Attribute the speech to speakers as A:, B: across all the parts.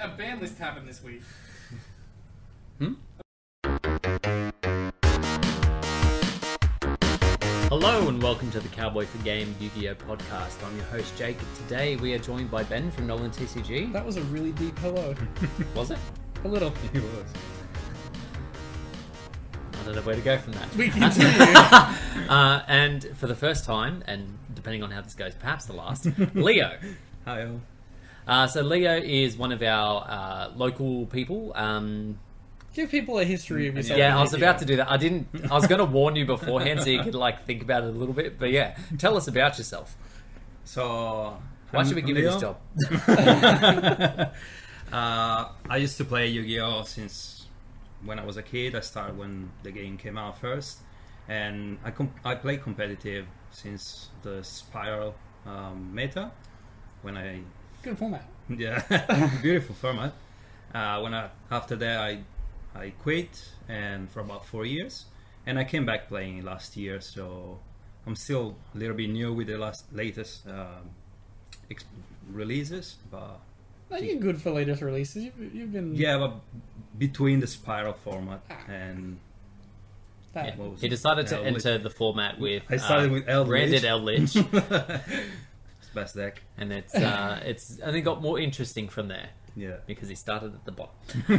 A: a ban list happen this week?
B: Hello and welcome to the Cowboy for Game Yu-Gi-Oh podcast. I'm your host Jake. Today we are joined by Ben from Nolan TCG.
C: That was a really deep hello.
B: Was it?
C: a little.
B: It was. I don't know where to go from that.
A: We continue.
B: Uh, and for the first time, and depending on how this goes, perhaps the last, Leo.
C: Hi, all.
B: Uh, so Leo is one of our uh, local people. Um,
C: Give people a history of yourself.
B: yeah,
C: and
B: I was
C: your
B: about to do that. I didn't. I was going to warn you beforehand so you could like think about it a little bit. But yeah, tell us about yourself.
D: So
B: Why should we
D: I'm
B: give you this
D: Leo.
B: job?
D: Uh, I used to play Yu-Gi-Oh since when I was a kid. I started when the game came out first, and I com- I play competitive since the Spiral um, meta when I
C: Good format.
D: yeah beautiful format. Uh, when I after that I I quit and for about four years, and I came back playing last year. So I'm still a little bit new with the last latest um, ex- releases, but.
C: No, you're good for latest releases. You've, you've been
D: Yeah, but between the spiral format and
C: that.
D: what was
B: He
D: it?
B: decided to
D: El Lich.
B: enter the format with uh,
D: I started with El
B: branded
D: Lich.
B: El Lich,
D: It's best deck.
B: and it's uh, it's only got more interesting from there
D: Yeah.
B: because he started at the bottom.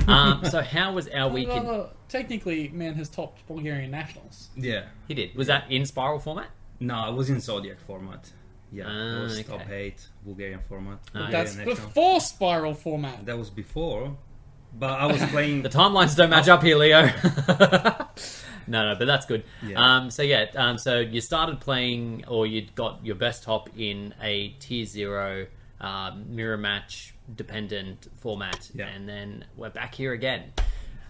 B: Um, so how was our weekend?
C: Well, technically, man has topped Bulgarian nationals.
D: Yeah.
B: He did. Was that in spiral format?
D: No, it was in Zodiac format. Yeah,
B: Ah,
D: it was top
B: okay.
D: eight Bulgarian format.
B: Ah,
D: Bulgarian
C: That's
D: national.
C: before spiral format.
D: That was before, but I was playing.
B: The timelines don't
C: Oh.
B: match up here, Leo. no, no, but that's good.
D: Yeah.
B: Um, so yeah, um, so you started playing, or you got your best top in a tier zero um, mirror match dependent format,
D: Yeah.
B: and then we're back here again.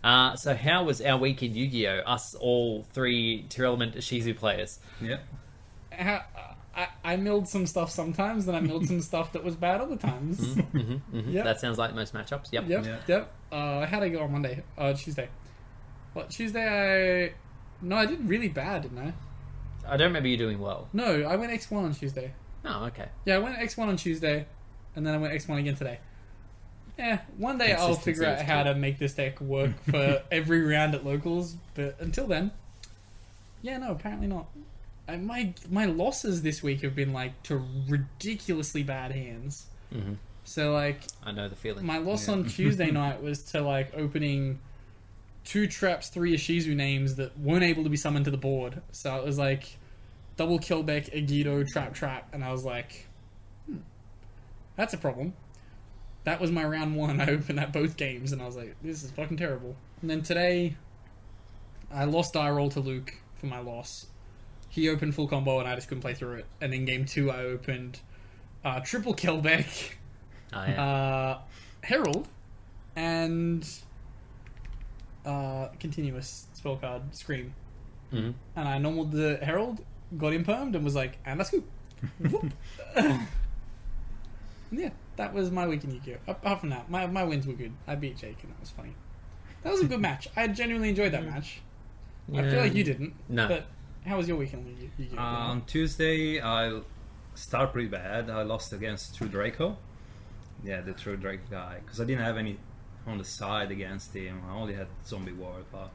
B: Uh, so how was our week in Yu-Gi-Oh? Us all three tier element Shizu players.
D: yeah.
C: How, I, I milled some stuff sometimes, then I milled some stuff that was bad other times.
D: Mm-hmm,
C: Yep.
B: That sounds like most matchups. Yep.
C: Yep,
D: Yeah.
C: yep. Uh, how'd I go on Monday? Uh, Tuesday. What, Tuesday I... No, I did really bad, didn't I?
B: I don't remember you doing well.
C: No, I went X1 on Tuesday.
B: Oh, okay.
C: Yeah, I went X1 on Tuesday, and then I went X1 again today. Yeah, one day I'll
B: Consistency
C: figure out
B: is
C: how
B: key.
C: to make this deck work for every round at locals, but until then, yeah, no, apparently not. I, my my losses this week have been like to ridiculously bad hands.
B: Mhm.
C: So like
B: I know the feeling.
C: my loss
D: Yeah.
C: on Tuesday night was to like opening two traps, three Ishizu names that weren't able to be summoned to the board. So it was like double Killbeck, Agido, Trap Trap, and I was like, hmm, that's a problem. That was my round one. I opened that both games, and I was like, this is fucking terrible. And then today, I lost die roll to Luke for my loss. He opened full combo, and I just couldn't play through it. And in game two, I opened uh, triple Killbeck
B: Oh, yeah.
C: uh, Herald and uh, continuous spell card scream.
B: Mhm.
C: And I normal the Herald, got impermed, and was like, and I scoop. Whoop. And yeah, that was my week in Yu-Gi-Oh. Apart from that, my, my wins were good. I beat Jake, and that was funny. That was a good match. I genuinely enjoyed that match. I feel like you didn't.
B: No. Um,
C: But how was your weekend in Yu- Yu-Gi-Oh?
D: On Tuesday, I start pretty bad. I lost against True Draco. Yeah, the True Draco guy. Because I didn't have any on the side against him. I only had Zombie War, but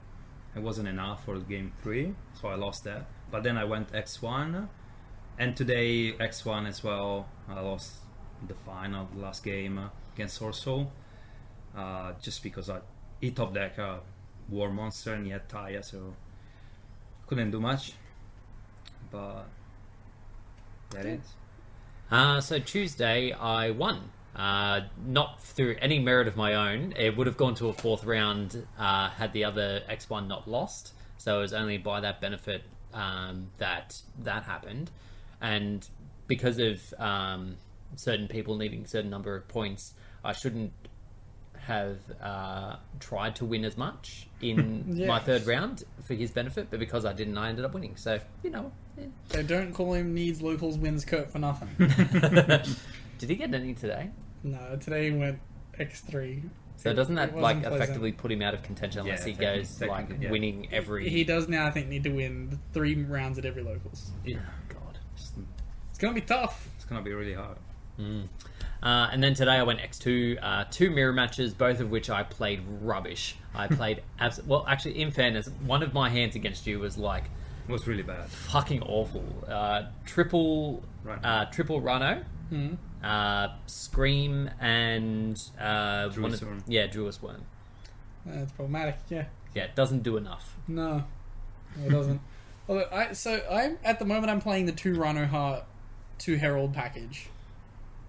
D: it wasn't enough for game three, so I lost that. But then I went X1, and today X1 as well. I lost the final, the last game uh, against Orso, uh, just because I he top deck a War Monster and he had Taya, so couldn't do much. But that is.
B: Uh, so Tuesday, I won. Uh, not through any merit of my own. It would have gone to a fourth round uh, had the other X1 not lost. So it was only by that benefit um, that that happened. And because of um, certain people needing a certain number of points, I shouldn't have uh, tried to win as much in my
C: Yes.
B: third round for his benefit. But because I didn't, I ended up winning. So, you know. eh.
C: so don't call him needs locals wins Kurt for nothing.
B: Did he get any today?
C: No, today went X three.
B: So doesn't
C: It
B: that
C: wasn't
B: like
C: pleasant.
B: effectively put him out of contention
D: Yeah,
B: unless he
D: technically-
B: goes like
D: technically, yeah.
B: winning every?
C: He does now. I think need to win the three rounds at every locals.
D: Yeah.
B: God.
D: It's,
C: It's gonna be tough.
D: it's gonna be really hard.
B: Uh, and then today I went X2, uh, two mirror matches, both of which I played rubbish. I played, abs- well, actually, in fairness, one of my hands against you was like
D: It was really bad.
B: fucking awful. Uh, triple,
D: Rhino.
B: uh, triple Rhino,
C: Hmm.
B: uh, Scream, and uh,
D: Druid's
B: one of-
D: Worm.
B: yeah, Druid's Worm.
C: That's Uh, problematic. Yeah.
B: Yeah, it doesn't do enough.
C: No, No, it doesn't. Although I so I'm at the moment I'm playing the two Rhino Heart, two Herald package.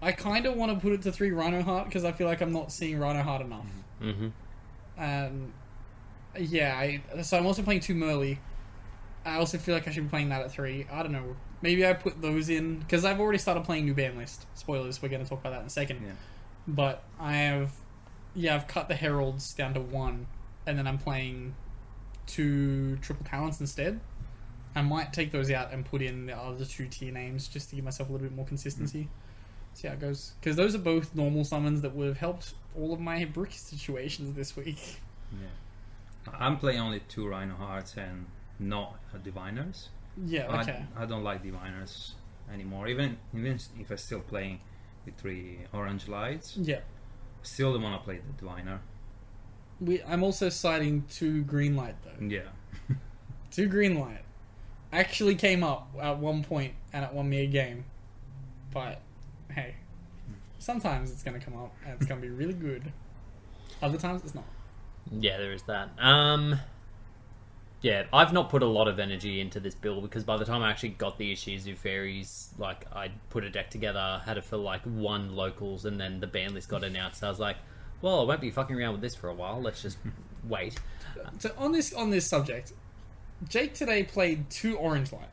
C: I kind of want to put it to three Rhino Heart because I feel like I'm not seeing Rhino Heart enough.
B: Mm-hmm.
C: Um, yeah. I, so I'm also playing two Merly. I also feel like I should be playing that at three. I don't know. Maybe I put those in because I've already started playing new ban list. Spoilers. We're going to talk about that in a second.
D: Yeah.
C: But I have, yeah, I've cut the heralds down to one, and then I'm playing two triple talents instead. I might take those out and put in the other two tier names just to give myself a little bit more consistency. See how it goes. Because those are both normal summons that would have helped all of my brick situations this week.
D: Yeah. I'm playing only two Rhino Hearts and not uh, Diviners.
C: Yeah, okay.
D: I, I don't like Diviners anymore. Even even if I'm still playing the three Orange Lights,
C: Yeah.
D: still don't want to play the Diviner.
C: We, I'm also citing two green light though.
D: Yeah.
C: Two green light actually came up at one point and it won me a game. But hey, sometimes it's gonna come up and it's gonna be really good. Other times it's not.
B: Yeah, there is that. Um, yeah, I've not put a lot of energy into this build because by the time I actually got the Ishizu fairies, like I put a deck together, had it for like one locals, and then the ban list got announced. I was like, well, I won't be fucking around with this for a while. Let's just wait.
C: So on this on this subject, Jake today played two orange light.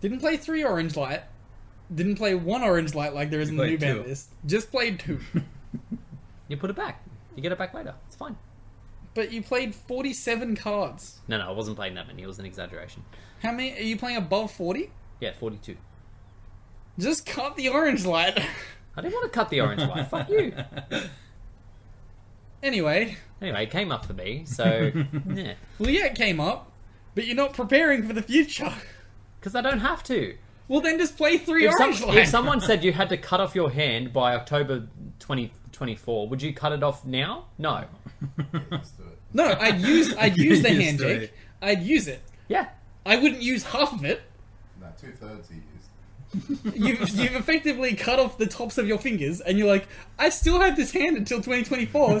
C: Didn't play three orange light. Didn't play one orange light like there is
D: You
C: in the new
D: played
C: ban
D: two.
C: list. Just played two.
B: You put it back. You get it back later. It's fine.
C: but you played forty seven cards.
B: No, no, I wasn't playing that many. It was an exaggeration.
C: How many are you playing above forty?
B: Yeah, forty-two.
C: Just cut the orange light.
B: I didn't want to cut the orange light. Fuck you.
C: anyway,
B: Anyway, it came up for me, so yeah,
C: well, yeah, it came up, but you're not preparing for the future.
B: because I don't have to.
C: Well, then just play three
B: if,
C: orange
B: some-
C: light.
B: if someone said you had to cut off your hand by October 2024, would you cut it off now? No.
E: Let's do it.
C: No, I'd use I'd use the
D: Use
C: hand,
D: three.
C: Jake. I'd use it.
B: Yeah.
C: I wouldn't use half of it.
E: No, two thirds he used.
C: You've you've effectively cut off the tops of your fingers, and you're like, I still have this hand until 2024.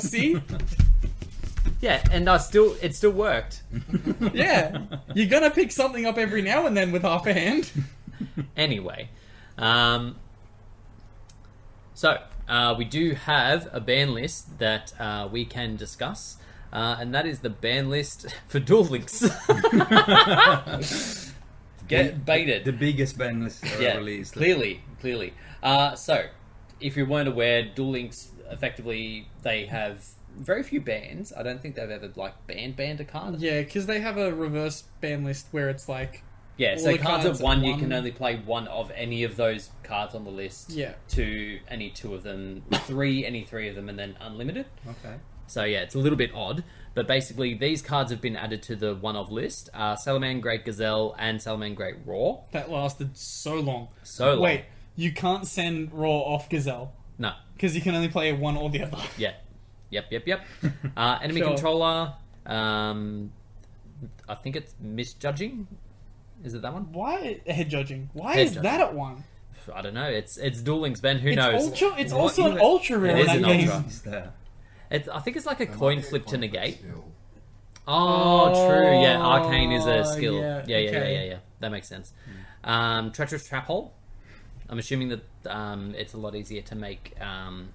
C: See,
B: Yeah, and I still it still worked.
C: yeah, you're gonna pick something up every now and then with half a hand.
B: Anyway, um, so uh, we do have a ban list that uh, we can discuss, uh, and that is the ban list for Duel Links. Ah! Get baited.
D: The biggest ban list ever
B: yeah,
D: released.
B: Clearly, clearly. Uh, so, if you weren't aware, Duel Links effectively they have very few bans. I don't think they've ever like banned banned a card.
C: Yeah, because they have a reverse ban list where it's like,
B: Yeah,
C: All
B: so
C: the
B: cards,
C: cards
B: of
C: are
B: one, you
C: one.
B: can only play one of any of those cards on the list.
C: Yeah.
B: Two, any two of them, three, any three of them, and then unlimited.
D: Okay.
B: So yeah, it's a little bit odd, but basically these cards have been added to the one of list: uh, Salaman Great Gazelle and Salaman Great Raw.
C: that lasted so long.
B: So long.
C: Wait, you can't send Raw off Gazelle
B: no,
C: because you can only play one or the other.
B: Yeah. Yep, yep, yep. Uh, enemy
C: Sure.
B: controller. Um, I think it's misjudging. Is it that one?
C: Why head judging? Why
B: Head
C: is that at one?
B: I don't know. It's it's Duel Links, Ben. Who
C: It's
B: knows?
C: ultra. It's
D: What
C: also an
D: even-
C: ultra rare
B: It
C: in
B: is
C: that
B: an
C: game.
B: ultra.
D: Is there?
B: It's, I think it's like a
E: There
B: coin
E: might be a
B: flip to
E: coin
B: negate.
E: skill.
B: Oh, true. Yeah,
C: Oh,
B: arcane is a skill. Yeah,
C: yeah,
B: yeah, yeah,
C: okay.
B: yeah, yeah, That makes sense. Um, treacherous trap hole. I'm assuming that um, it's a lot easier to make. Um,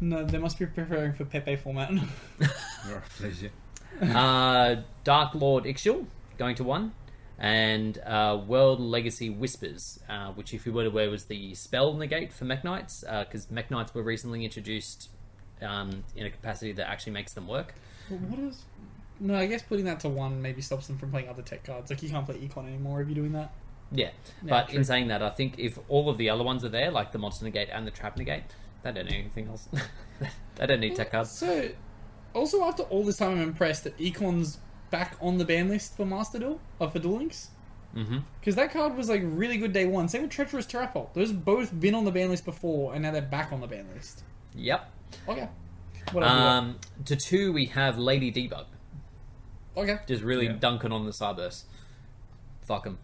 C: No, they must be preparing for Pepe format.
D: You're a pleasure.
B: uh, Dark Lord Ixchel, going to one, and uh, World Legacy Whispers, uh, which, if you were aware, was the spell negate for Mech Knights, because Mech Knights were recently introduced um, in a capacity that actually makes them work.
C: But what is? No, I guess putting that to one maybe stops them from playing other tech cards. Like you can't play Econ anymore if you're doing that.
B: Yeah,
C: Yeah,
B: but
C: true.
B: in saying that, I think if all of the other ones are there, like the Monster Negate and the Trap Negate, they don't need anything else. they don't need tech cards.
C: So, also after all this time, I'm impressed that Econ's back on the ban list for Master Duel, uh, for Duel Links.
B: Mm-hmm.
C: Because that card was like really good day one. Same with Treacherous Terrapult. Those both been on the ban list before, and now they're back on the ban list.
B: Yep.
C: Okay. What else we got?
B: Um, to two, we have Lady Debug.
C: okay.
B: Just really
D: Yeah.
B: dunking on the Starburst. Fuck 'em.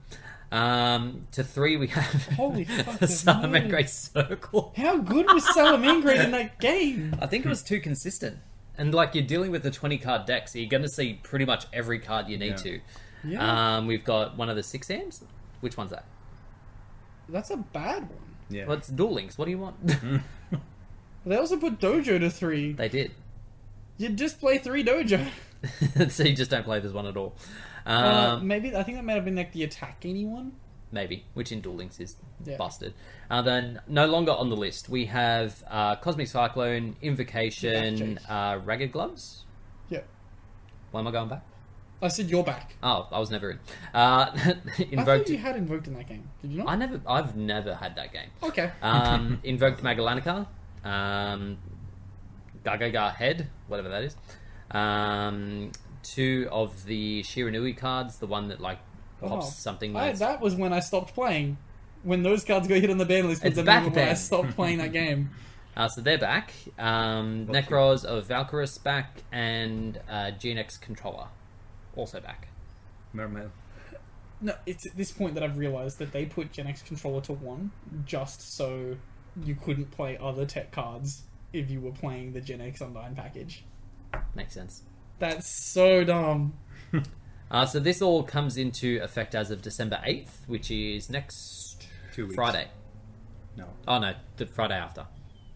B: Um, to three, we have
C: Holy fuck,
B: the
C: there's no-
B: Salamangreat Circle.
C: How good was Salamangreat in that game?
B: I think it was too consistent. And like you're dealing with a 20 card deck, so you're going to see pretty much every card you need
D: Yeah.
B: to.
C: Yeah,
B: Um, we've got one of the six Ams. Which one's that?
C: that's a bad one.
D: Yeah.
B: Well, it's Duel Links. What do you want?
C: Mm. They also put Dojo to three.
B: they did.
C: You just play three Dojo.
B: so you just don't play this one at all. Um,
C: Uh, maybe I think that might have been like the attack anyone.
B: maybe, which in Duel Links is
C: Yeah.
B: busted. Uh, then, no longer on the list, we have uh, Cosmic Cyclone, Invocation,
C: Backjack.
B: uh, Ragged Gloves.
C: Yeah,
B: Why am I going back?
C: I said you're back.
B: Oh, I was never in. Uh,
C: I thought
B: invoked. I,
C: you had invoked in that game. Did you not?
B: never. I've never had that game.
C: okay.
B: Um, invoked Magallanica, um, Gagaga Head, whatever that is. Um, two of the Shiranui cards, the one that like pops
C: Oh.
B: something.
C: I,
B: that's-
C: that was when I stopped playing. When those cards got hit on the ban list, was
B: It's
C: the
B: back
C: moment when I
B: then.
C: stopped playing that game.
B: Uh, so they're back. Um,
D: Got you.
B: Necros of Valkyrus back, and uh, GNX Controller also back.
D: Mermaid.
C: No, it's at this point that I've realized that they put Gen X controller to one just so you couldn't play other tech cards if you were playing the Gen X Undyne package.
B: Makes sense.
C: That's so dumb.
B: Uh, so this all comes into effect as of December eighth, which is next
D: Two weeks.
B: Friday.
D: No.
B: Oh no, the Friday after.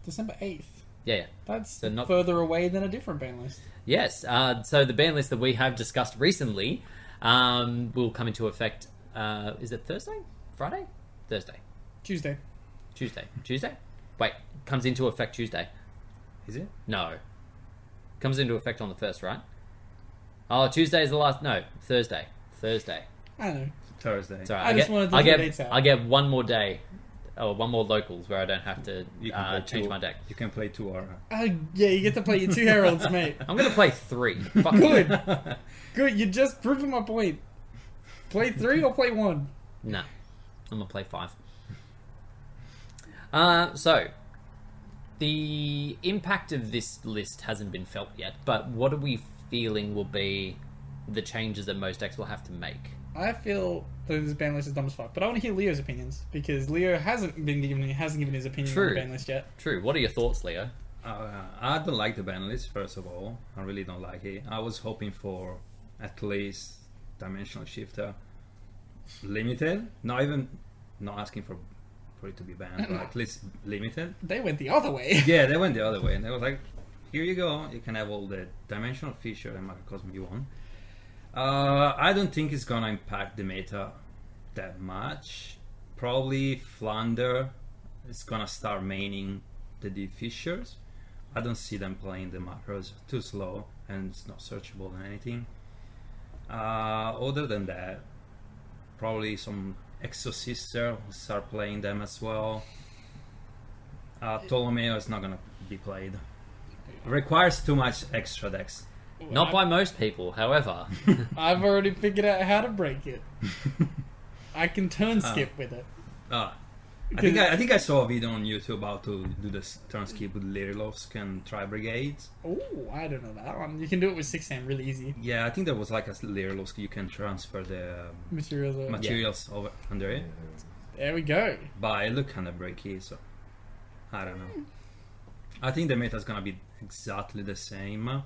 C: December eighth.
B: Yeah, yeah.
C: That's
B: So not-
C: further away than a different ban list.
B: Yes. Uh, so the ban list that we have discussed recently um, will come into effect. Uh, is it Thursday? Friday? Thursday?
C: Tuesday.
B: Tuesday? Tuesday? Wait, comes into effect Tuesday.
D: Is it?
B: No. Comes into effect on the first, right? Oh, Tuesday is the last. No, Thursday. Thursday.
C: I don't know.
D: Thursday.
B: Sorry,
C: I just wanted to
B: I
C: throw
B: get,
C: dates out.
B: I get one more day, or one more locals where I don't have to uh,
D: play
B: change
D: two-
B: my deck.
D: You can play two or
C: Uh, yeah, you get to play your two heralds, mate.
B: I'm gonna play three. Fuck
C: Good. Good, you just proving my point. Play three or play one.
B: No, I'm gonna play five. Uh, so the impact of this list hasn't been felt yet, but what are we feeling will be the changes that most decks will have to make?
C: I feel that this ban list is dumb as fuck, but I want to hear Leo's opinions because Leo hasn't been given hasn't given his opinion on
B: True.
C: the ban list yet.
B: True. What are your thoughts, Leo?
D: Uh, I don't like the ban list, first of all. I really don't like it. I was hoping for at least Dimensional Shifter limited. Not even, not asking for for it to be banned, but at least limited.
C: They went the other way.
D: Yeah, they went the other way and they was like, here you go. You can have all the Dimensional Feature and Macrocosm you want. Uh, I don't think it's gonna impact the meta that much. Probably Flounder is gonna start maining the deep fissures. I don't see them playing the macros too slow and it's not searchable and anything. Uh, other than that, probably some Exosister will start playing them as well. Uh, Ptolomeo is not gonna be played. Requires too much extra decks.
B: Not by most people, however. Uh,
C: I've already figured out how to break it. I can turn skip with it.
D: Uh, I think I, I think I saw a video on YouTube how to do this turn skip with Lirilovsk and Tri Brigades.
C: Oh, I don't know that one. You can do it with six hand really easy.
D: Yeah, I think there was like a Lirilovsk you can transfer the um,
C: Materials. Are...
D: materials over under it,
C: There we go.
D: but it looked kind of breaky, so I don't
B: Hmm.
D: know. I think the meta's gonna be exactly the same.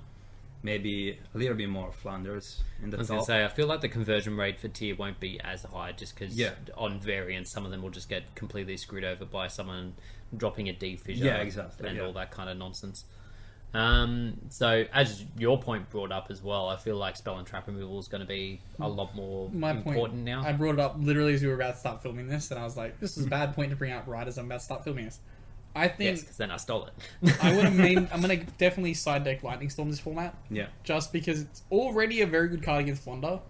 D: Maybe a little bit more Flanders in the
B: I was
D: top.
B: gonna say, I feel like the conversion rate for tier won't be as high just because
D: Yeah.
B: on variants, some of them will just get completely screwed over by someone dropping a D fissure
D: Yeah, exactly,
B: and
D: yeah.
B: all that kind of nonsense. Um, so, as your point brought up as well, I feel like spell and trap removal is going to be a lot more
C: Mm. My point.
B: important now.
C: I brought it up literally as we were about to start filming this, and I was like, "This is a bad point to bring up right as I'm about to start filming this." I think
B: Yes, because then I stole it.
C: I would have made. I'm gonna definitely side deck Lightning Storm this format.
D: Yeah,
C: just because it's already a very good card against Flounder,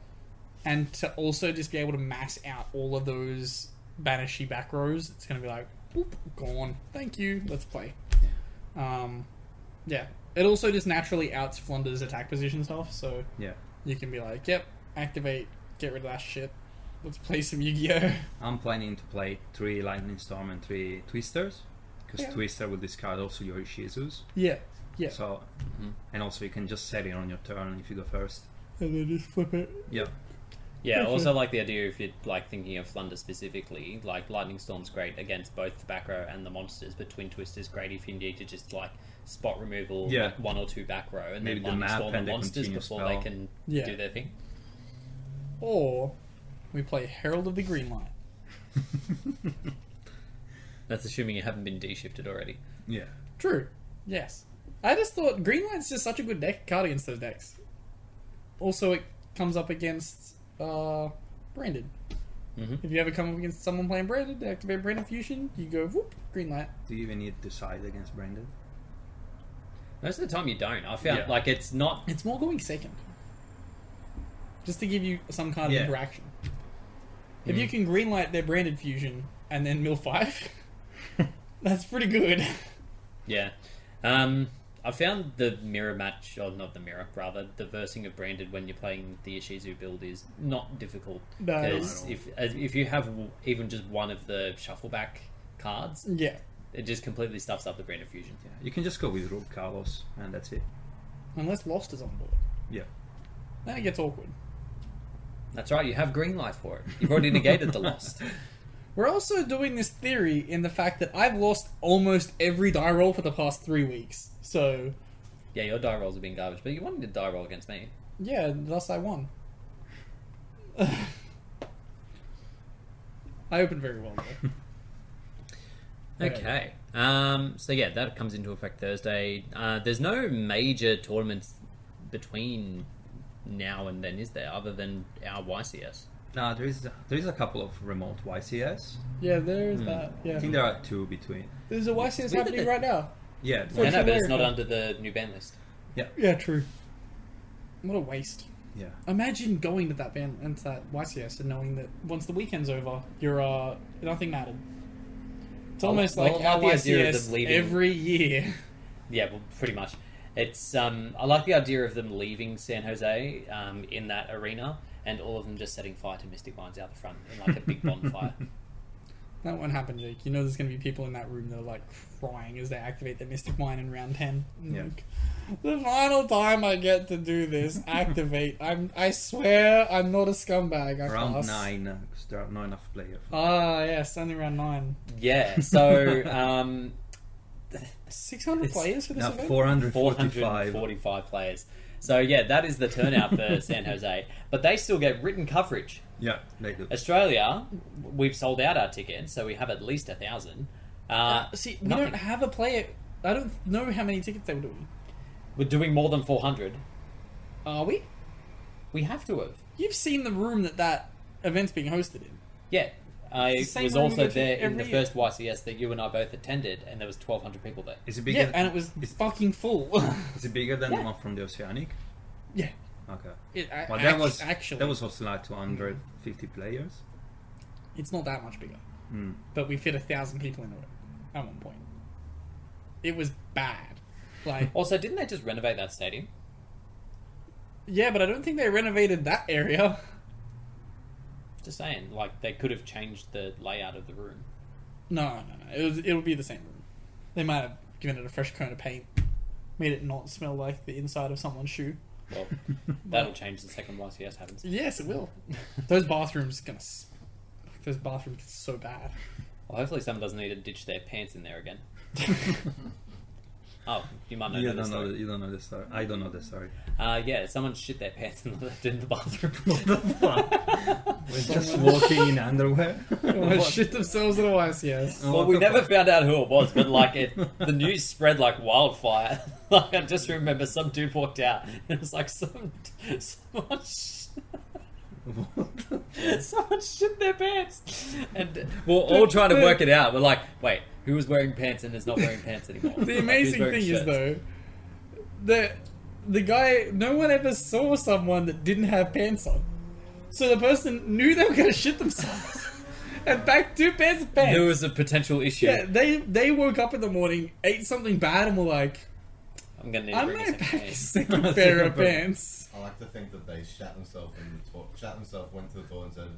C: and to also just be able to max out all of those banishy back rows, it's going to be like, boop, gone. Thank you. Let's play. Um, yeah. It also just naturally outs Flounder's attack position stuff, so
D: yeah.
C: you can be like, yep, activate, get rid of that shit. Let's play some Yu-Gi-Oh.
D: I'm planning to play three Lightning Storm and three Twisters, because
C: Yeah.
D: Twister will discard also your Ishizus.
C: Yeah, yeah.
D: So, mm-hmm. and also you can just set it on your turn if you go first.
C: And then just flip it.
D: Yeah.
B: Yeah, I also like the idea if you're like thinking of Flunder specifically, like Lightning Storm's great against both the back row and the monsters, but Twin Twist is great if you need to just like spot removal
D: Yeah.
B: like, one or two back row and
D: Maybe the
B: then Lightning
D: map
B: Storm
D: and
B: the
D: the
B: monsters
D: continuous
B: before
D: spell.
B: they can
C: Yeah.
B: do their thing.
C: Or we play Herald of the Green Light.
B: That's assuming you haven't been de-shifted already.
D: yeah.
C: True. Yes. I just thought Green Light's just such a good deck card against those decks. Also, it comes up against uh, Branded.
B: Mhm.
C: If you ever come up against someone playing Branded, they activate Branded Fusion, you go whoop, Green Light.
D: Do you even need to side against Brandon?
B: Most of the time you don't. I found
D: Yeah.
B: like it's not
C: It's more going second. Just to give you some kind of
D: Yeah.
C: interaction. If you can green light their branded fusion and then mill five, that's pretty good.
B: yeah. Um I found the mirror match, or not the mirror, rather the versing of branded when you're playing the Ishizu build is not difficult.
C: No.
B: Because
D: Not at all.
B: if as- if you have w- even just one of the shuffleback cards,
C: Yeah.
B: it just completely stuffs up the brand of fusion.
D: Yeah. You can just go with Rube Carlos, and that's it.
C: Unless Lost is on board.
D: Yeah.
C: Then it gets awkward.
B: That's right, you have green light for it. You've already negated the lost.
C: We're also doing this theory in the fact that I've lost almost every die roll for the past three weeks. So,
B: Yeah, your die rolls have been garbage, but you wanted to die roll against me.
C: yeah, thus I won. I opened very well, though.
B: Okay. Um, so yeah, that comes into effect Thursday. Uh, there's no major tournaments between now and then, is there? Other than our YCS.
D: No, there is there is a couple of remote YCS.
C: Yeah, there is that. Yeah.
D: I think there are two between.
C: There's a YCS
B: It's weird
C: happening
B: that-
C: right now.
D: Yeah.
C: So
B: I
D: one-
B: know, but it's not
C: America.
B: under the new ban list.
C: Yeah, true. What a waste.
D: Yeah.
C: Imagine going to that band and to that YCS and knowing that once the weekend's over, you're uh nothing mattered. It's
B: I
C: almost
B: like-
C: like
B: I
C: our
B: like the idea of
C: YCS
B: them leaving.
C: every year.
B: Yeah, well, pretty much. It's um, I like the idea of them leaving San Jose um, in that arena, and all of them just setting fire to Mystic Mines out the front in like a big bonfire.
C: That won't happen, Jake. You know there's gonna be people in that room that are like crying as they activate their Mystic Mine in round ten. And
D: Yeah.
C: like, the final time I get to do this, activate. I'm I swear I'm not a scumbag. I
D: Round
C: pass.
D: nine, because there are not enough players.
C: Ah yes, only round nine.
B: yeah, so um,
C: Six hundred
B: It's
C: players for this
D: now
C: event?
D: 445.
B: 445 players. So yeah, that is the turnout for San Jose, but they still get written coverage.
D: Yeah, they do.
B: Australia, we've sold out our tickets, so we have at least a thousand. Uh,
C: See, we
B: nothing.
C: don't have a player. I don't know how many tickets they were doing.
B: We're doing more than 400.
C: Are we?
B: We have to have.
C: You've seen the room that that event's being hosted in.
B: Yeah, I
C: It's the same
B: was
C: room we
B: also
C: go to
B: there in
C: every
B: the
C: year.
B: first YCS that you and I both attended, and there was twelve hundred people there.
D: Is it bigger?
C: yeah, and it was
D: is-
C: fucking full.
D: Is it bigger than
C: Yeah.
D: the one from the Oceanic?
C: yeah.
D: Okay.
C: It, a-
D: Well, that
C: act-
D: was
C: actually
D: that was also like 250 players.
C: it's not that much bigger,
D: Mm.
C: but we fit a thousand people into it at one point. It was bad. Like
B: Also, didn't they just renovate that stadium?
C: yeah, but I don't think they renovated that area.
B: Just saying, like they could have changed the layout of the room.
C: No, no, no. It was it'll be the same room. They might have given it a fresh coat of paint, made it not smell like the inside of someone's shoe.
B: Well, that'll change the second YCS happens.
C: Yes, it will. Those bathrooms gonna. s- Those bathrooms are so bad.
B: Well, hopefully, someone doesn't need to ditch their pants in there again. oh, you might know
D: you
B: the
D: don't know.
B: story.
D: The, you don't know the story. I don't know the story.
B: Uh, yeah, someone shit their pants and left it in the bathroom.
D: What the fuck? We're just walking in underwear.
C: Almost shit themselves in a YCS.
D: Oh,
B: Well,
D: what
B: we
D: the
B: never
D: fuck?
B: found out who it was, but like it, the news spread like wildfire. like I just remember some dude walked out, and it was like some someone, sh-
D: What the-
B: someone shit their pants, and we're all trying to work it out. We're like, wait, who was wearing pants and is not wearing pants anymore? Like,
C: The
B: who's
C: amazing
B: wearing
C: thing is
B: shirts?
C: though, the the guy. No one ever saw someone that didn't have pants on. So the person knew they were gonna shit themselves, and packed two pairs of pants.
B: there was a potential issue.
C: yeah, they they woke up in the morning, ate something bad, and were like,
B: I'm gonna need to
C: "I
B: bring a second
C: might pack a
B: pants.
C: second pair of pants."
E: I like to think that they shat themselves in the to- shat themselves, went to the toilet and said,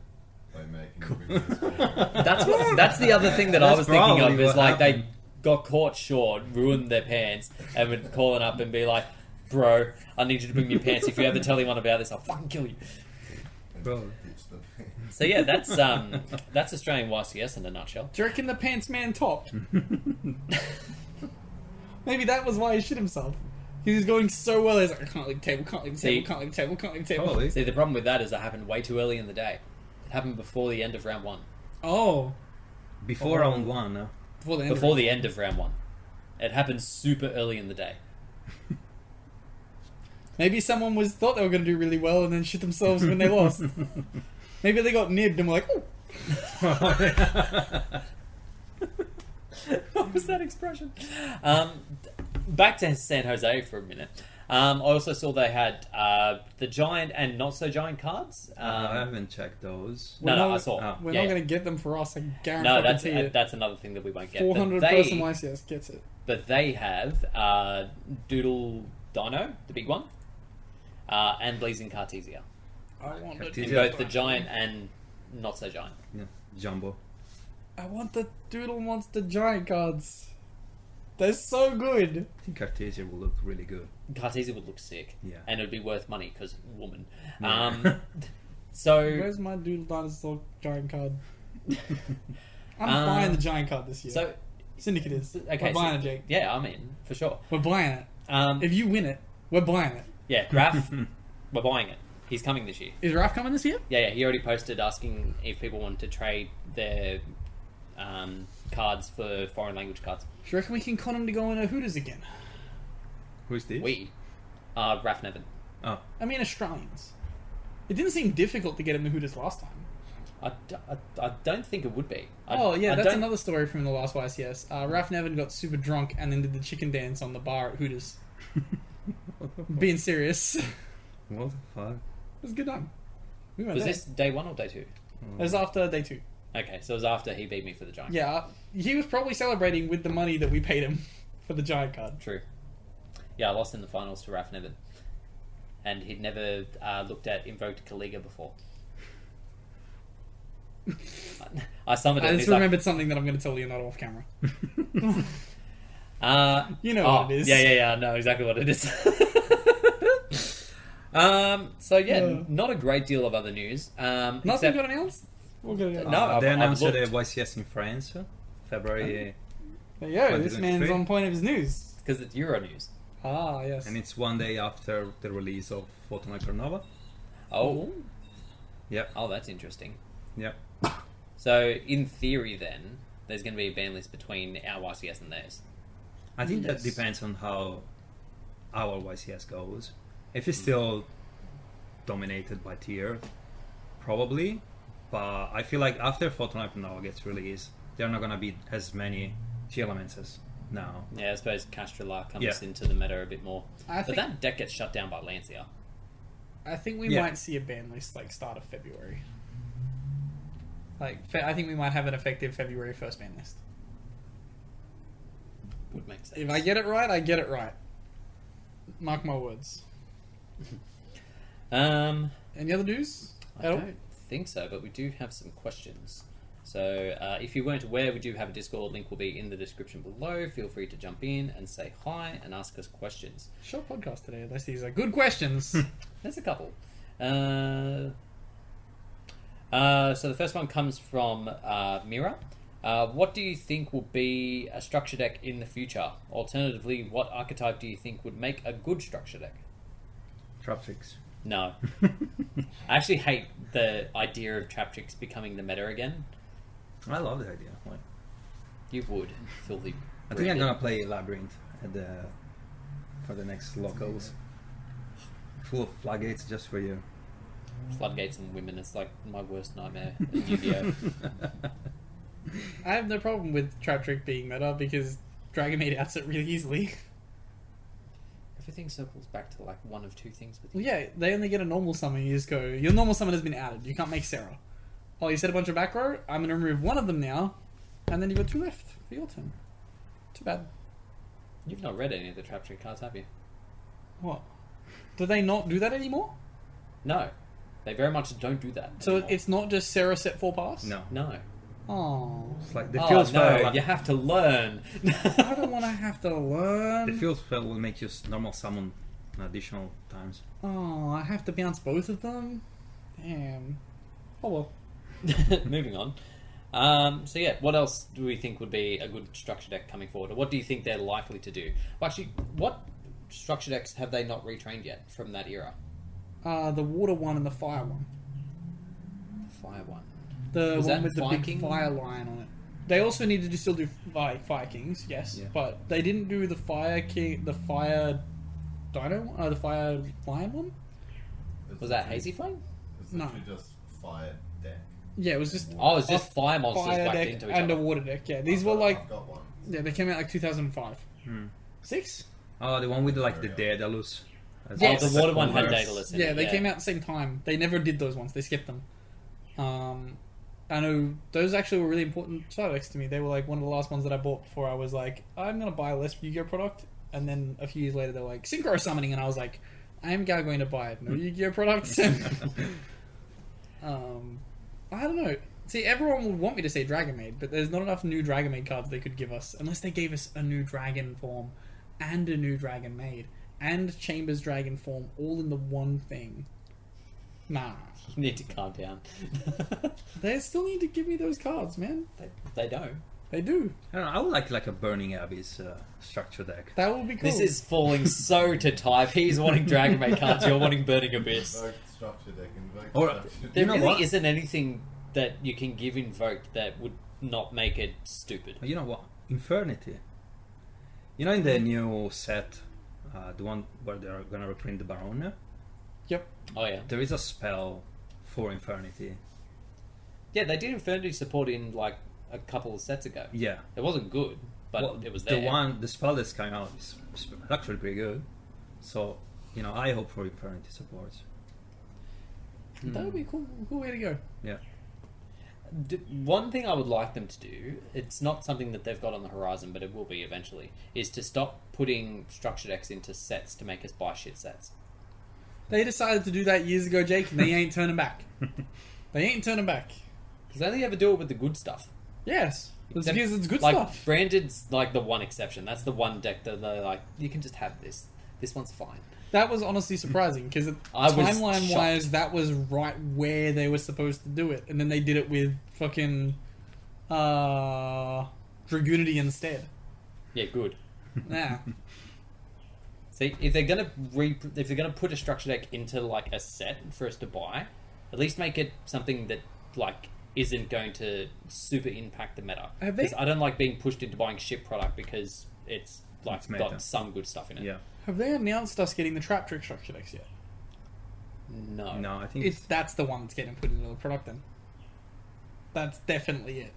E: by making the big
B: That's what, that's the other thing that I
D: That's
B: was thinking of
D: probably
B: is
D: what
B: like they
D: happened.
B: got caught short, ruined their pants, and would call it up and be like, "Bro, I need you to bring your pants. If you ever tell anyone about this, I'll fucking kill you."
D: Bro.
B: So yeah, that's um, that's Australian YCS in a nutshell.
C: Do you reckon the pants man topped? Maybe that was why he shit himself. Because he's going so well, he's like, I can't leave the table, can't leave the
B: See?
C: table, can't leave the table, can't leave the table.
D: Holy.
B: See, the problem with that is that happened way too early in the day. It happened before the end of round one.
C: Oh,
D: Before
B: Oh.
D: round one, uh,
C: before the end.
B: Before
C: Before
B: the end of round one, it happened super early in the day.
C: Maybe someone was thought they were going to do really well and then shit themselves when they lost. Maybe they got nibbed and were like, oh,
B: what was that expression? Um, back to San Jose for a minute. Um, I also saw they had uh, the giant and not so giant cards. Um,
D: I haven't checked those.
B: no, no,
C: not-
B: I saw.
D: Oh.
C: we're
B: Yeah.
C: not going to get them for us. I guarantee
B: no, that's uh,
C: it.
B: that's another thing that we won't get. But
C: 400
B: they,
C: person YCS gets it.
B: but they have uh, Doodle Dino, the big one, uh, and Blazing Cartesia,
C: I want the,
D: Cartesia.
B: in
D: Yeah.
B: both the giant and not so giant.
D: Yeah, jumbo.
C: I want the Doodle Monster Giant cards. They're so good.
D: I think Cartesia will look really good.
B: Cartesia would look sick,
D: Yeah.
B: and it'd be worth money because woman.
D: Yeah.
B: Um, so
C: Where's my Doodle Dinosaur Giant card? I'm
B: Uh,
C: buying the Giant card this year.
B: so
C: Syndicate is.
B: Okay,
C: we're
B: so-
C: buying it, Jake.
B: yeah, I'm in for sure.
C: We're buying it.
B: Um,
C: If you win it, we're buying it.
B: yeah, Graf, we're buying it. He's coming this year.
C: Is Raf coming this year?
B: Yeah, yeah. He already posted asking if people want to trade their um, cards for foreign language cards.
C: Do you reckon we can con him to go into Hooters again?
D: Who's this?
B: We are Raf Nevin.
D: Oh,
C: I mean, Australians. It didn't seem difficult to get him to Hooters last time.
B: I, d- I- I don't think it would be. I,
C: oh, yeah,
B: I
C: that's
B: don't-
C: another story from the last YCS. Uh, Raf Nevin got super drunk and then did the chicken dance on the bar at Hooters. Being serious. it
D: what the fuck?
C: was a good time. We went
B: Was
C: there.
B: this day one or day two?
C: It was after day two.
B: Okay, so it was after he beat me for the giant.
C: Yeah, he was probably celebrating with the money that we paid him for the giant card.
B: True. Yeah, I lost in the finals to Raf Nevin. And he'd never uh, looked at Invoked Kaliga before. I summoned it.
C: I
B: and
C: just
B: he's like,
C: remembered something that I'm going to tell Leonardo off camera.
B: uh,
C: You know
B: oh,
C: what it is.
B: Yeah, yeah, yeah. I know exactly what it is. um, so, yeah,
C: Yeah.
B: n- not a great deal of other news. Um,
C: Nothing
B: except-
C: got announced? We'll get it announced.
B: No, I've-
D: Uh, they
B: I've
D: announced the
B: looked.
D: YCS in France, uh, February,
C: There you go,
D: What,
C: this
D: didn't
C: man's
D: fit?
C: on point of his news.
B: Because it's Euro news.
C: Ah, yes.
D: and it's one day after the release of Photon Hypernova.
B: Oh.
D: Yep.
B: Oh, that's interesting.
D: Yep.
B: So, in theory, then, there's going to be a ban list between our YCS and theirs.
D: I think
C: Yes.
D: that depends on how our YCS goes. If it's still dominated by tier, probably. But I feel like after Photon Hypernova gets released, they're not gonna be as many tier elements as now.
B: Yeah, I suppose Castrela comes
D: Yeah.
B: into the meta a bit more.
C: I
B: but
C: think-
B: that deck gets shut down by Lancia.
C: I think we
D: Yeah.
C: might see a ban list like start of February. Like, fe- I think we might have an effective February 1st ban list.
B: Would make sense.
C: If I get it right, I get it right. Mark my words.
B: um,
C: Any other news?
B: I
C: At all?
B: don't think so, but we do have some questions. So uh, if you weren't aware, we do have a Discord link. Will be in the description below. Feel free to jump in and say hi and ask us questions.
C: Short podcast today, unless these are good questions.
B: Hmm. There's a couple. Uh, uh, so the first one comes from uh, Mira. Uh, what do you think will be a structure deck in the future? Alternatively, what archetype do you think would make a good structure deck?
D: Trap tricks.
B: No. I actually hate the idea of trap tricks becoming the meta again.
D: I love the idea. Like,
B: You would, filthy.
D: I think I'm
B: Brit.
D: gonna play Labyrinth at the for the next locals. Full of floodgates just for you.
B: floodgates and women. It's like my worst nightmare. in Yu-Gi-Oh.
C: I have no problem with Trap Trick being meta because Dragon Maid outs it really easily.
B: Everything circles back to like one of two things with
C: Well,
B: you.
C: yeah, they only get a normal summon. You just go, your normal summon has been added. You can't make Sarah. Oh, you said a bunch of back row. I'm going to remove one of them now. And then you've got two left for your turn. Too bad.
B: You've not read any of the trap trick cards, have you?
C: What? Do they not do that anymore?
B: No. They very much don't do that.
C: So
B: anymore.
C: it's not just Sarah set four pass.
D: No.
B: no.
C: Oh,
D: It's like the
B: oh
D: field
B: no!
D: spell.
B: You have to learn.
C: I don't want to have to
D: The
C: learn.
D: field spell will make you s- normal summon additional times.
C: Oh, I have to bounce both of them. Damn. Oh well.
B: Moving on. Um, so yeah, what else do we think would be a good structure deck coming forward? Or what do you think they're likely to do? Well, actually, what structure decks have they not retrained yet from that era?
C: Uh, the water one and the fire one.
B: Fire one.
C: The
B: Was
C: one
B: that
C: with the
B: Viking?
C: big fire lion on it. They also needed to still do Vi- Vikings, yes,
D: Yeah.
C: but they didn't do the fire king, the fire dino, one- uh, the fire lion one.
B: Was that Hazy Flame?
E: It's
C: No.
E: literally just fire deck.
C: Yeah, it was just
B: Oh, it's just fire monsters
C: fire
B: whacked
C: deck
B: into each
C: and a
B: other. Oh,
C: water deck. Yeah, these
E: I've
C: were
E: got-
C: like
E: I've got one.
C: yeah, they came out like 2005,
D: Hmm.
C: six.
D: Oh, the one with like the
E: There we
D: Daedalus. as
C: Yes.
B: Oh, the water one had
D: Yes.
B: Daedalus in it.
C: Yeah, they came out at the same time. They never did those ones. They skipped them. Um, I know those actually were really important side decks to me. They were like one of the last ones that I bought before I was like, I'm gonna buy less Yu-Gi-Oh product. And then a few years later, they're like Synchro Summoning, and I was like, I am now going to buy no Yu-Gi-Oh products. um, I don't know. See, everyone would want me to say Dragon Maid, but there's not enough new Dragon Maid cards they could give us unless they gave us a new Dragon form and a new Dragon Maid and Chambers Dragon form all in the one thing. Nah.
B: You need to calm down.
C: They still need to give me those cards, man.
B: they, they don't.
C: They do.
D: I, don't know, I would like like a Burning Abyss uh, structure deck.
C: That would be cool.
B: This is falling so to type. He's wanting Dragon Maid cards. You're wanting Burning Abyss.
E: Invoke structure deck. Invoke
D: Or-
E: structure
B: uh, There
D: You know
B: really
D: what?
B: isn't anything that you can give invoked that would not make it stupid.
D: You know what? Infernity. You know in the new set, uh, the one where they're gonna reprint the Baron,
C: Yep.
B: Oh yeah,
D: there is a spell for Infernity.
B: yeah. They did Infinity support in like a couple of sets ago.
D: Yeah.
B: It wasn't good, but
D: Well,
B: it was there.
D: The one, the spell that's coming out is sp- actually pretty good. So, you know, I hope for Infernity support.
B: Hmm.
C: That would be a cool, cool way to go.
D: Yeah.
B: D- one thing I would like them to do, it's not something that they've got on the horizon, but it will be eventually, is to stop putting structure decks into sets to make us buy shit sets.
C: They decided to do that years ago, Jake, and they ain't turning back. they ain't turning back.
B: Because they only ever do it with the good stuff.
C: Yes. It's
B: Except-
C: because it's good
B: like,
C: stuff.
B: Branded's like the one exception. That's the one deck that they're like, you can just have this. This one's fine.
C: That was honestly surprising because
B: I was
C: timeline wise,
B: shocked.
C: that was right where they were supposed to do it, and then they did it with fucking uh, Dragoonity instead.
B: Yeah, good.
C: Nah,
B: See, if they're gonna re- if they're gonna put a structure deck into like a set for us to buy, at least make it something that like isn't going to super impact the meta.
C: Have they-
B: 'Cause I don't like being pushed into buying shit product because it's like
D: It's meta.
B: got some good stuff in it.
D: Yeah.
C: have they announced us getting the Trap Trick structure decks yet?
B: No.
D: No, I think
C: It's that's the one that's getting put into the product then. That's definitely it.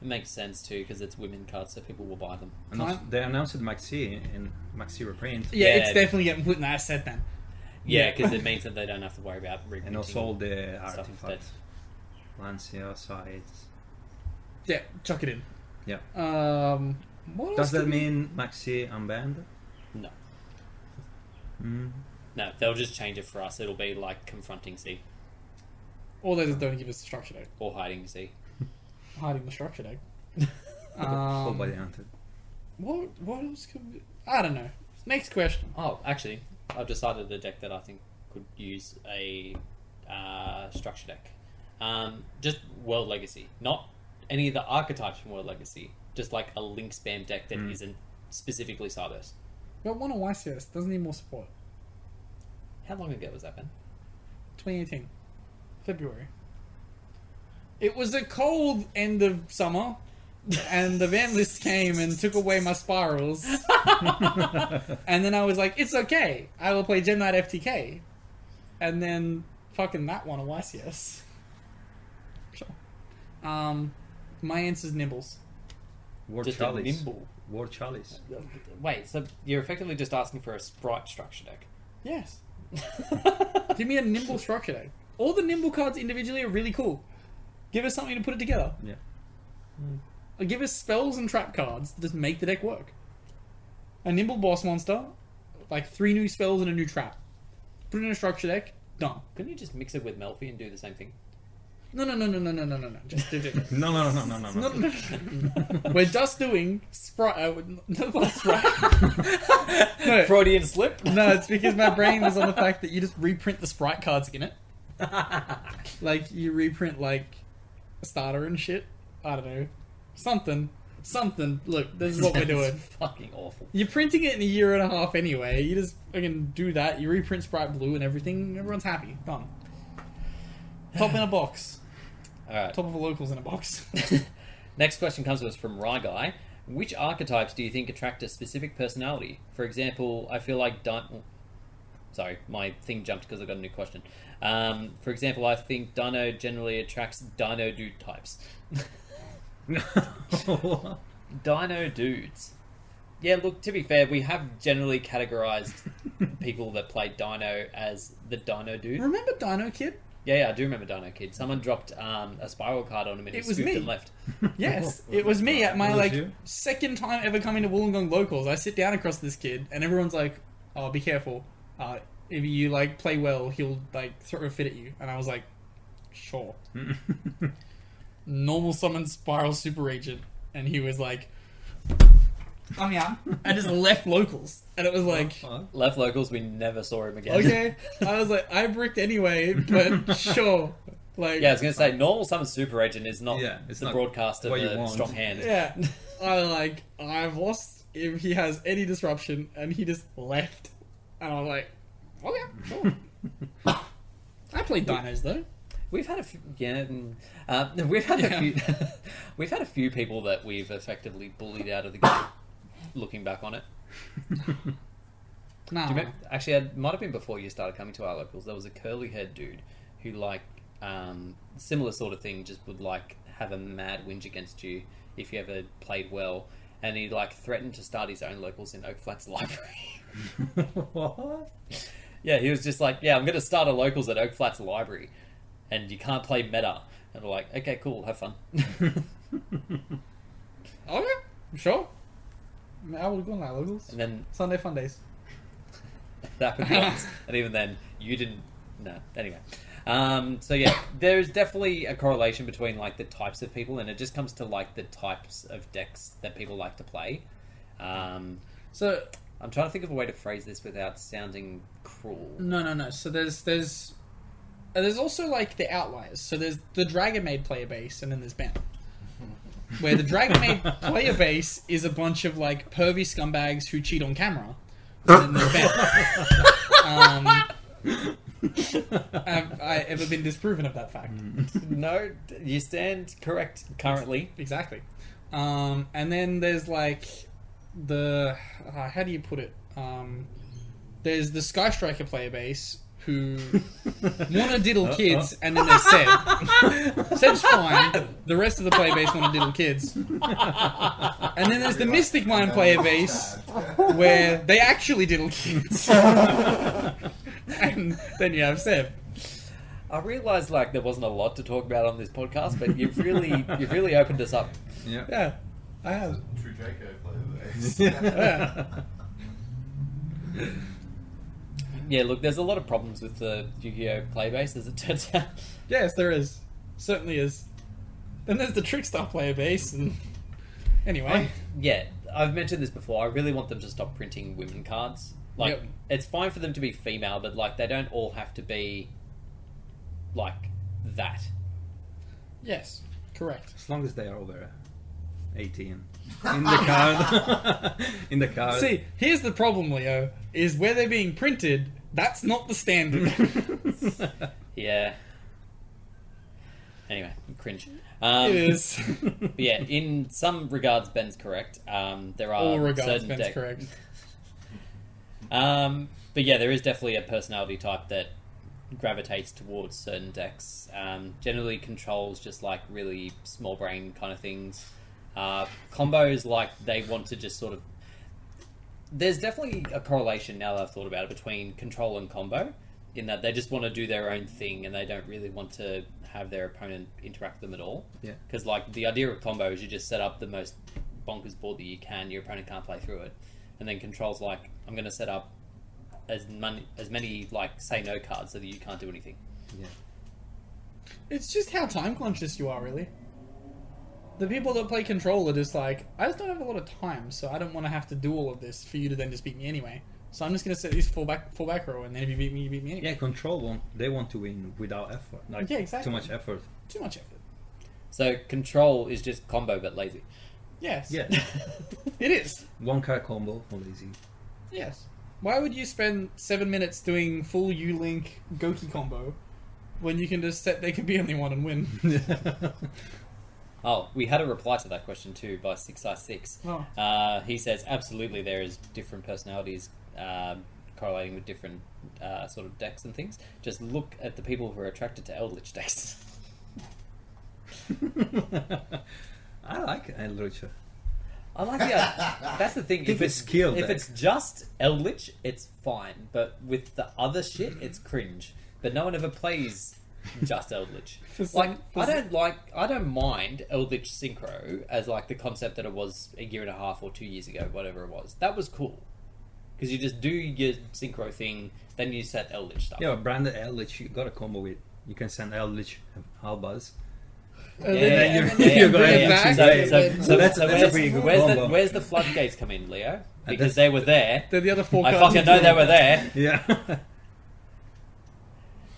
B: It makes sense too because it's women cards, so people will buy them.
D: annou-
C: fine.
D: they announced Maxi in Maxi reprint.
C: Yeah,
B: Yeah.
C: it's definitely getting put in that set then.
B: Yeah,
C: Yeah.
B: because it means that they don't have to worry about reprinting.
D: And also all the
B: stuff
D: artifacts. Lancia, sides.
C: Yeah, chuck it in.
D: Yeah.
C: Um, what else
D: Does that
C: did we-
D: mean Maxi unbanned?
B: No.
D: Mm.
B: No, they'll just change it for us. It'll be like confronting C
C: All those don't give us the structure deck.
B: or hiding C.
C: Hiding the structure deck.
D: Full
C: Um,
D: by the hunted.
C: What what else could we, I don't know. Next question.
B: Oh, actually, I've decided a deck that I think could use a uh, structure deck. Um, just World Legacy, not any of the archetypes from World Legacy. Just like a link spam deck that
C: Hmm.
D: Mm.
B: not specifically Cyberse.
C: We got one on YCS, doesn't need more support.
B: How long ago was that, Ben?
C: Twenty eighteen. February. It was a cold end of summer and the van list came and took away my spirals. and then I was like, It's okay. I will play Gem Knight FTK. And then fucking that one on YCS. Sure. Um my answer's Nibbles.
D: War
B: just a
D: Chalice.
B: nimble. uh,
D: War Chalice.
B: Wait, so you're effectively just asking for a sprite structure deck.
C: Yes. Give me a nimble structure deck. All the nimble cards individually are really cool. Give us something to put it together.
D: Yeah.
C: Or give us spells and trap cards that just make the deck work. A nimble boss monster, like three new spells and a new trap. Put it in a structure deck, No.
B: Couldn't you just mix it with Melfi and do the same thing?
C: No, no, no, no, no, no, no, no, no. Just do it.
D: No, no, no, no, no,
C: No,
D: no.
C: no, no. We're just doing Sprite. Uh, no, not Sprite. no,
B: Freudian slip.
C: no, it's because my brain was on the fact that you just reprint the Sprite cards in it. Like, you reprint, like, a starter and shit. I don't know. Something. Something. Look, this is what we're doing.
B: Fucking awful.
C: You're printing it in a year and a half anyway. You just fucking do that. You reprint Sprite Blue and everything. Everyone's happy. Done. Top in a box.
B: All right.
C: Top of a locals in a box.
B: Next question comes to us from Rye Guy. Which archetypes do you think attract a specific personality? For example, I feel like Di- oh, Sorry, my thing jumped because I got a new question. Um, for example, I think Dino generally attracts Dino dude types.
D: no.
B: Dino dudes. Yeah, look, to be fair, we have generally categorized people that play Dino as the Dino dude.
C: Remember Dino Kid?
B: Yeah, yeah, I do remember Dino Kid. Someone dropped um, a spiral card on him and
C: It
B: he
C: was
B: scooped
C: me.
B: and left.
C: Yes, it was me at my
D: Was it
C: like
D: you?
C: second time ever coming to Wollongong locals. I sit down across this kid, and everyone's like, "Oh, be careful! Uh, if you like play well, he'll like throw a fit at you." And I was like, "Sure." Normal summon spiral super agent, and he was like, "I'm yeah," and just left locals, and it was like.
B: Oh,
D: Fuck.
B: Left locals, we never saw him again.
C: Okay, I was like, I bricked anyway, but sure. Like,
B: Yeah, I was gonna say normal summon super agent is not
D: Yeah, it's
B: the
D: not
B: broadcast of
D: what you
B: a
D: want.
B: strong hand.
C: Yeah. I like I've lost if he has any disruption and he just left. And I'm like, Oh yeah, sure. I played dinos though.
B: We've had a few, yeah, mm, uh, we've had
C: Yeah.
B: a few, we've had a few people that we've effectively bullied out of the game. looking back on it,
C: Nah.
B: do
D: Uh-huh.
B: you remember? Actually, it might have been before you started coming to our locals. There was a curly haired dude who like um, similar sort of thing, just would like have a mad whinge against you if you ever played well, and he like threatened to start his own locals in Oak Flats Library.
D: what?
B: Yeah, he was just like, yeah, I'm going to start a locals at Oak Flats Library, and you can't play meta. And we're like, okay, cool, have fun.
C: Oh yeah, sure. I, mean, I would go on that locals.
B: and then
C: Sunday fun days.
B: that could be honest. And even then, you didn't. No. Anyway. Um, so yeah, there is definitely a correlation between like the types of people, and it just comes to like the types of decks that people like to play. Um,
C: So
B: I'm trying to think of a way to phrase this without sounding cruel.
C: no no no. So there's there's uh, there's also like the outliers. So there's the Dragon Maid player base and then there's Ben. Where the Dragon Maid player base is a bunch of like pervy scumbags who cheat on camera. And then there's Ben. um, have I ever been disproven of that fact?
B: no, you stand correct currently.
C: Exactly. Um, and then there's like the uh, how do you put it? Um, there's the Sky Striker player base who want to diddle kids, and then there's Seb. Seb's fine. The rest of the player base want to diddle kids, and then there's the Mystic Mind player base where they actually diddle kids, and then you have Seb.
B: I realised like there wasn't a lot to talk about on this podcast, but you've really you've really opened us up.
D: Yeah.
C: Yeah, I have.
E: True Draco play
D: Yeah.
B: Yeah, look, there's a lot of problems with the Yu-Gi-Oh play base as it turns out.
C: Yes, there is. Certainly is. Then there's the Trickstar player base, and anyway,
B: Yeah, I've mentioned this before. I really want them to stop printing women cards. Like,
C: Yep.
B: it's fine for them to be female, but like they don't all have to be like that.
C: yes, correct.
D: As long as they are over 18. In the card. In the card.
C: See, here's the problem, Leo: is where they're being printed. That's not the standard.
B: Yeah. Anyway, cringe. Um,
C: it is.
B: But yeah, in some regards, Ben's correct. Um, there are
C: All regards,
B: certain
C: Ben's
B: deck-
C: correct.
B: Um, but yeah, there is definitely a personality type that gravitates towards certain decks. Um, generally controls just like really small brain kind of things. Uh, combos like they want to just sort of. There's definitely a correlation now that I've thought about it between control and combo, in that they just want to do their own thing and they don't really want to have their opponent interact with them at all.
D: Yeah.
B: Because like the idea of combo is you just set up the most bonkers board that you can. Your opponent can't play through it, and then controls like I'm going to set up as many as many like say no cards so that you can't do anything.
D: Yeah.
C: It's just how time conscious you are, really. The people that play Control are just like, I just don't have a lot of time, so I don't want to have to do all of this for you to then just beat me anyway. So I'm just gonna set these full back full back row, and then if you beat me, you beat me anyway.
D: Yeah, control won't. They want to win without effort. Like
C: Yeah, exactly.
D: too much effort.
C: Too much effort.
B: So control is just combo but lazy.
C: Yes.
D: Yeah,
C: It is.
D: one card combo, all easy.
C: Yes. Why would you spend seven minutes doing full U Link Goki combo when you can just set they could be only one and win?
B: Oh, we had a reply to that question too by Six I Six.
C: Oh.
B: Uh, he says absolutely there is different personalities um, correlating with different uh, sort of decks and things. Just look at the people who are attracted to Eldritch decks.
D: I like Eldritch.
B: I like the that's the thing.
D: Think it's skill
B: if
D: deck.
B: it's just Eldritch, it's fine. But with the other shit, it's cringe. But no one ever plays just Eldritch.
C: For some-
B: like
C: for
B: I don't like I don't mind Eldritch Synchro as like the concept that it was a year and a half or two years ago, whatever it was. That was cool because you just do your synchro thing, then you set Eldritch stuff.
D: Yeah, but branded Eldritch. You got a combo with. You can send Eldritch and Albas.
C: And
B: Yeah,
C: then-
B: yeah, yeah.
C: and then
B: Yeah,
C: you
B: you're
C: bring
B: going
C: it
D: to
C: back,
D: Tuesday.
C: and
B: So, so,
C: then-
B: so,
D: That's-
B: so
D: that's
B: where's,
D: a pretty good
B: where's, the,
D: combo.
B: where's the floodgates come in, Leo? Because
D: that's-
B: they were there.
C: then the other four
B: I
C: cards
B: fucking
C: you
B: know
C: draw.
B: they were there.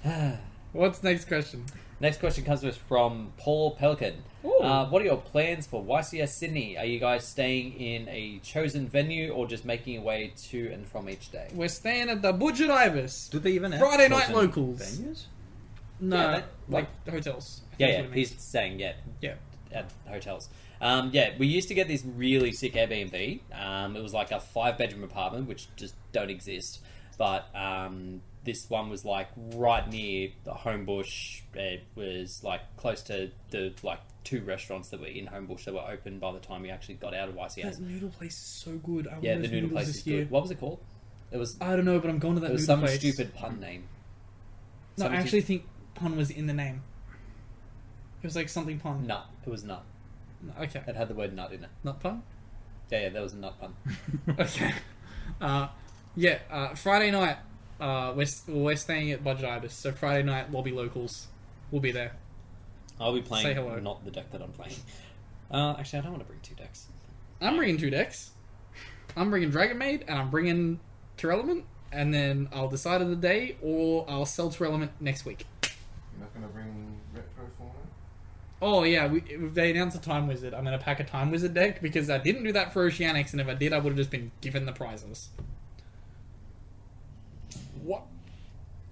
D: Yeah.
C: What's next question?
B: Next question comes to us from Paul Pelican.
C: Ooh.
B: Uh, what are your plans for YCS Sydney? Are you guys staying in a chosen venue or just making your way to and from each day?
C: We're staying at the Budget Ibis.
D: Do they even have
C: Friday night
D: frozen
C: locals.
D: venues?
C: No,
B: Yeah, that-
C: like hotels. I
B: Yeah,
C: think
B: yeah,
C: that's what it means.
B: he's staying yeah
C: yeah.
B: at hotels. Um, yeah, we used to get this really sick Airbnb. Um, it was like a five bedroom apartment, which just don't exist. But um, this one was like right near the Homebush. It was like close to the like two restaurants that were in Homebush that were open by the time we actually got out of YCS.
C: That noodle place is so good. I
B: Yeah,
C: want
B: the noodle
C: those noodles
B: place
C: this
B: is
C: year.
B: good. What was it called? It was
C: I don't know, but I'm going to that
B: it was
C: noodle
B: some
C: place.
B: stupid pun name.
C: No, I
B: something-
C: actually think pun was in the name. It was like something pun.
B: Nut. It was nut.
C: Okay.
B: It had the word nut in it.
C: Not pun.
B: Yeah, yeah, that was a nut pun.
C: okay. Uh, yeah, uh, Friday night, uh, we're, s- well, we're staying at Budget Ibis, so Friday night, lobby locals. We'll be there.
B: I'll be playing
C: Say hello.
B: not the deck that I'm playing. Uh, actually, I don't want to bring two decks.
C: I'm bringing two decks. I'm bringing Dragon Maid, and I'm bringing Terelement, and then I'll decide of the day, or I'll sell Terelement next week.
E: You're not gonna bring retro fauna?
C: Oh, yeah, we, if they announced a Time Wizard, I'm going to pack a Time Wizard deck, because I didn't do that for Oceanics, and if I did, I would have just been given the prizes. What?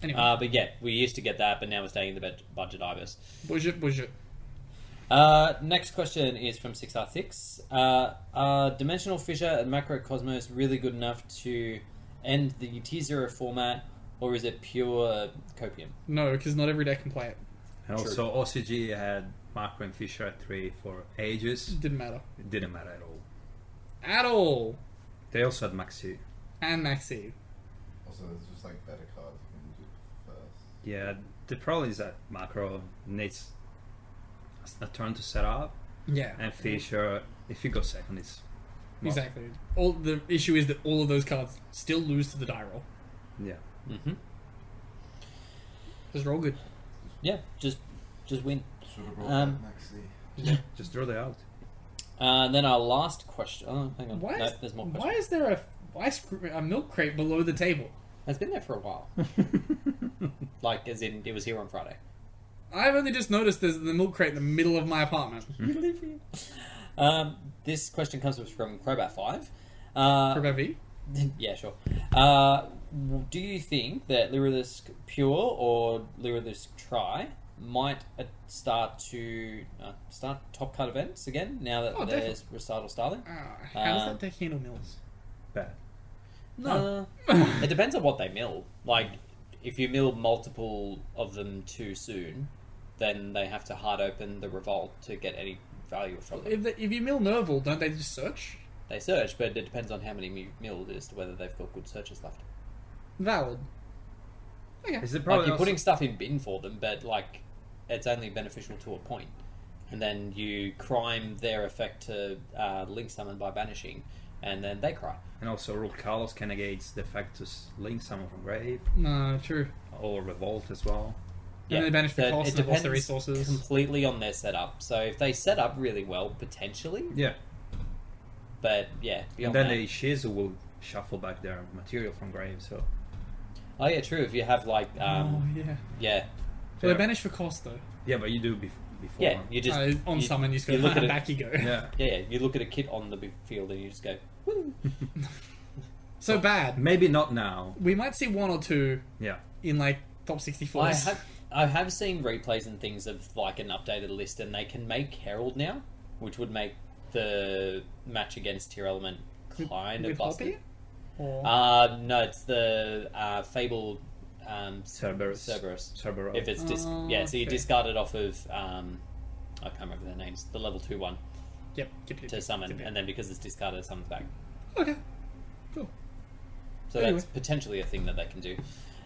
C: Anyway,
B: Uh, but yeah, we used to get that, but now we're staying in the bed- budget ibis.
C: budget, budget.
B: Uh, next question is from 6R6. Uh, are Dimensional Fissure and Macrocosmos really good enough to end the T0 format, or is it pure copium?
C: No, because not every deck can play it.
D: And
B: True.
D: also, OCG had Marco and Fisher at three for ages.
C: Didn't matter.
D: It didn't matter at all.
C: at all.
D: They also had Maxi.
C: And Maxi.
E: Also, there's just like better cards you can do first.
D: Yeah, the problem is that Macro needs a turn to set up,
C: Yeah,
D: and Fisher, if you go second, it's well,
C: exactly. All the issue is that all of those cards still lose to the die roll.
D: Yeah,
B: Mm-hmm.
C: Because they're all good.
B: Yeah, just just win.
E: Should have brought
B: Um,
E: back Maxi.
D: just draw the out.
B: Uh, and then our last question. Oh, hang on.
C: Why
B: No,
C: is,
B: there's more
C: why
B: questions.
C: is there a ice cr- a milk crate below the table?
B: It's been there for a while. like, as in, it was here on Friday.
C: I've only just noticed there's the milk crate in the middle of my apartment.
B: Um, this question comes from Crobat5. Uh,
C: For Bevy.
B: yeah, sure. Uh, do you think that Lyrilisk Pure or Lyrilisk Try might uh, start to uh, start top cut events again now that
C: Oh,
B: there's Recital Starling?
C: Ah, how does
B: Uh,
C: that deck handle mills?
D: Bad.
C: No.
B: Uh, it depends on what they mill. Like, if you mill multiple of them too soon, then they have to hard open the revolt to get any value from it.
C: if, the, if you mill Nerval, don't they just search?
B: They search, but it depends on how many you milled as to whether they've got good searches left.
C: Valid. Okay.
D: Is the problem?
B: Like you're
D: also-
B: putting stuff in bin for them, but like it's only beneficial to a point. And then you crime their effect to uh, link summon by banishing, and then they cry.
D: And also, Rook Carlos can negate the fact to s- link someone from grave
C: No, true.
D: or revolt as well.
C: And they banish the
B: so
C: cost
B: it
C: and they lost the
B: depends
C: resources.
B: completely on their setup. So if they set up really well, potentially,
D: Yeah,
B: but yeah, beyond
D: and
B: that.
D: then the Shizu will shuffle back their material from grave. So
B: Oh yeah, true. If you have like, um,
C: oh, yeah.
B: yeah,
C: Well,
D: yeah.
C: they banish for cost though.
D: yeah, but you do bef- before.
B: yeah, you just
C: Uh, on
B: you-
C: summon, you just go
B: you look at it-
C: back. You go.
D: yeah.
B: yeah, you look at a kit on the big field and you just go, woo.
C: So bad.
D: Maybe not now.
C: We might see one or two
D: Yeah,
C: in like top sixty four.
B: I have I have seen replays and things of like an updated list, and they can make Herald now, which would make the match against Tier Element kind of busted.
C: Or...
B: Uh, no, it's the uh, Fable um,
D: Cerberus.
B: Cerberus.
D: Cerberus.
B: If it's dis-
C: Oh,
B: yeah, so you
C: okay.
B: discard it off of um, I can't remember their names, the level two one
C: yep. Yep, yep,
B: to
C: yep,
B: summon,
C: yep, yep.
B: and then because it's discarded, it summons back.
C: Okay. Cool.
B: So
C: Anyway.
B: that's potentially a thing that they can do.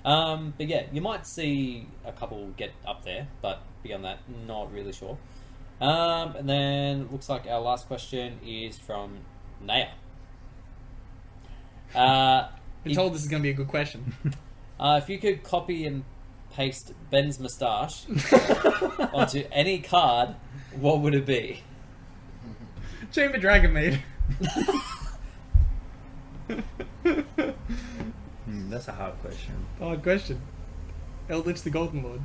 B: Um, but yeah, you might see a couple get up there, but beyond that, not really sure. Um, and then it looks like our last question is from Naya. Uh,
C: Been
B: if-
C: told this is going to be a good question.
B: uh, if you could copy and paste Ben's moustache onto any card, what would it be?
C: Chamber Dragon Maid.
D: Hmm, that's a hard question.
C: Hard question. Eldritch the Golden Lord.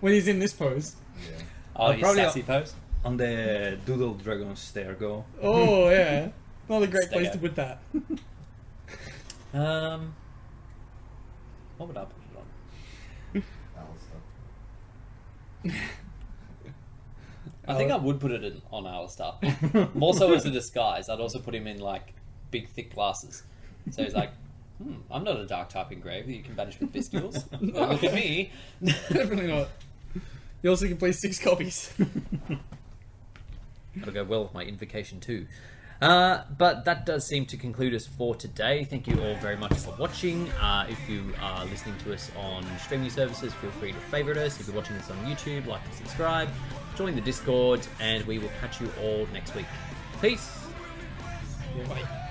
C: when he's in this pose.
E: Yeah.
B: Oh,
D: I'll
B: his
D: probably-
B: sassy pose.
D: On the Doodle Dragon stair go.
C: Oh yeah. Not a great
B: Stay
C: place
B: out.
C: to put that.
B: Um, what would I put it on?
E: Alistair.
B: I
C: Uh,
B: think I would put it in, on Alistair. More so as a disguise. I'd also put him in like big thick glasses. So he's like, hmm, I'm not a dark type engrave that you can banish with biscuits. Look at me.
C: Definitely not. You also can play six copies.
F: That'll go well with my invocation too. Uh, but that does seem to conclude us for today. Thank you all very much for watching. Uh, if you are listening to us on streaming services, feel free to favorite us. If you're watching us on YouTube, like and subscribe. Join the Discord, and we will catch you all next week. Peace.
C: Bye.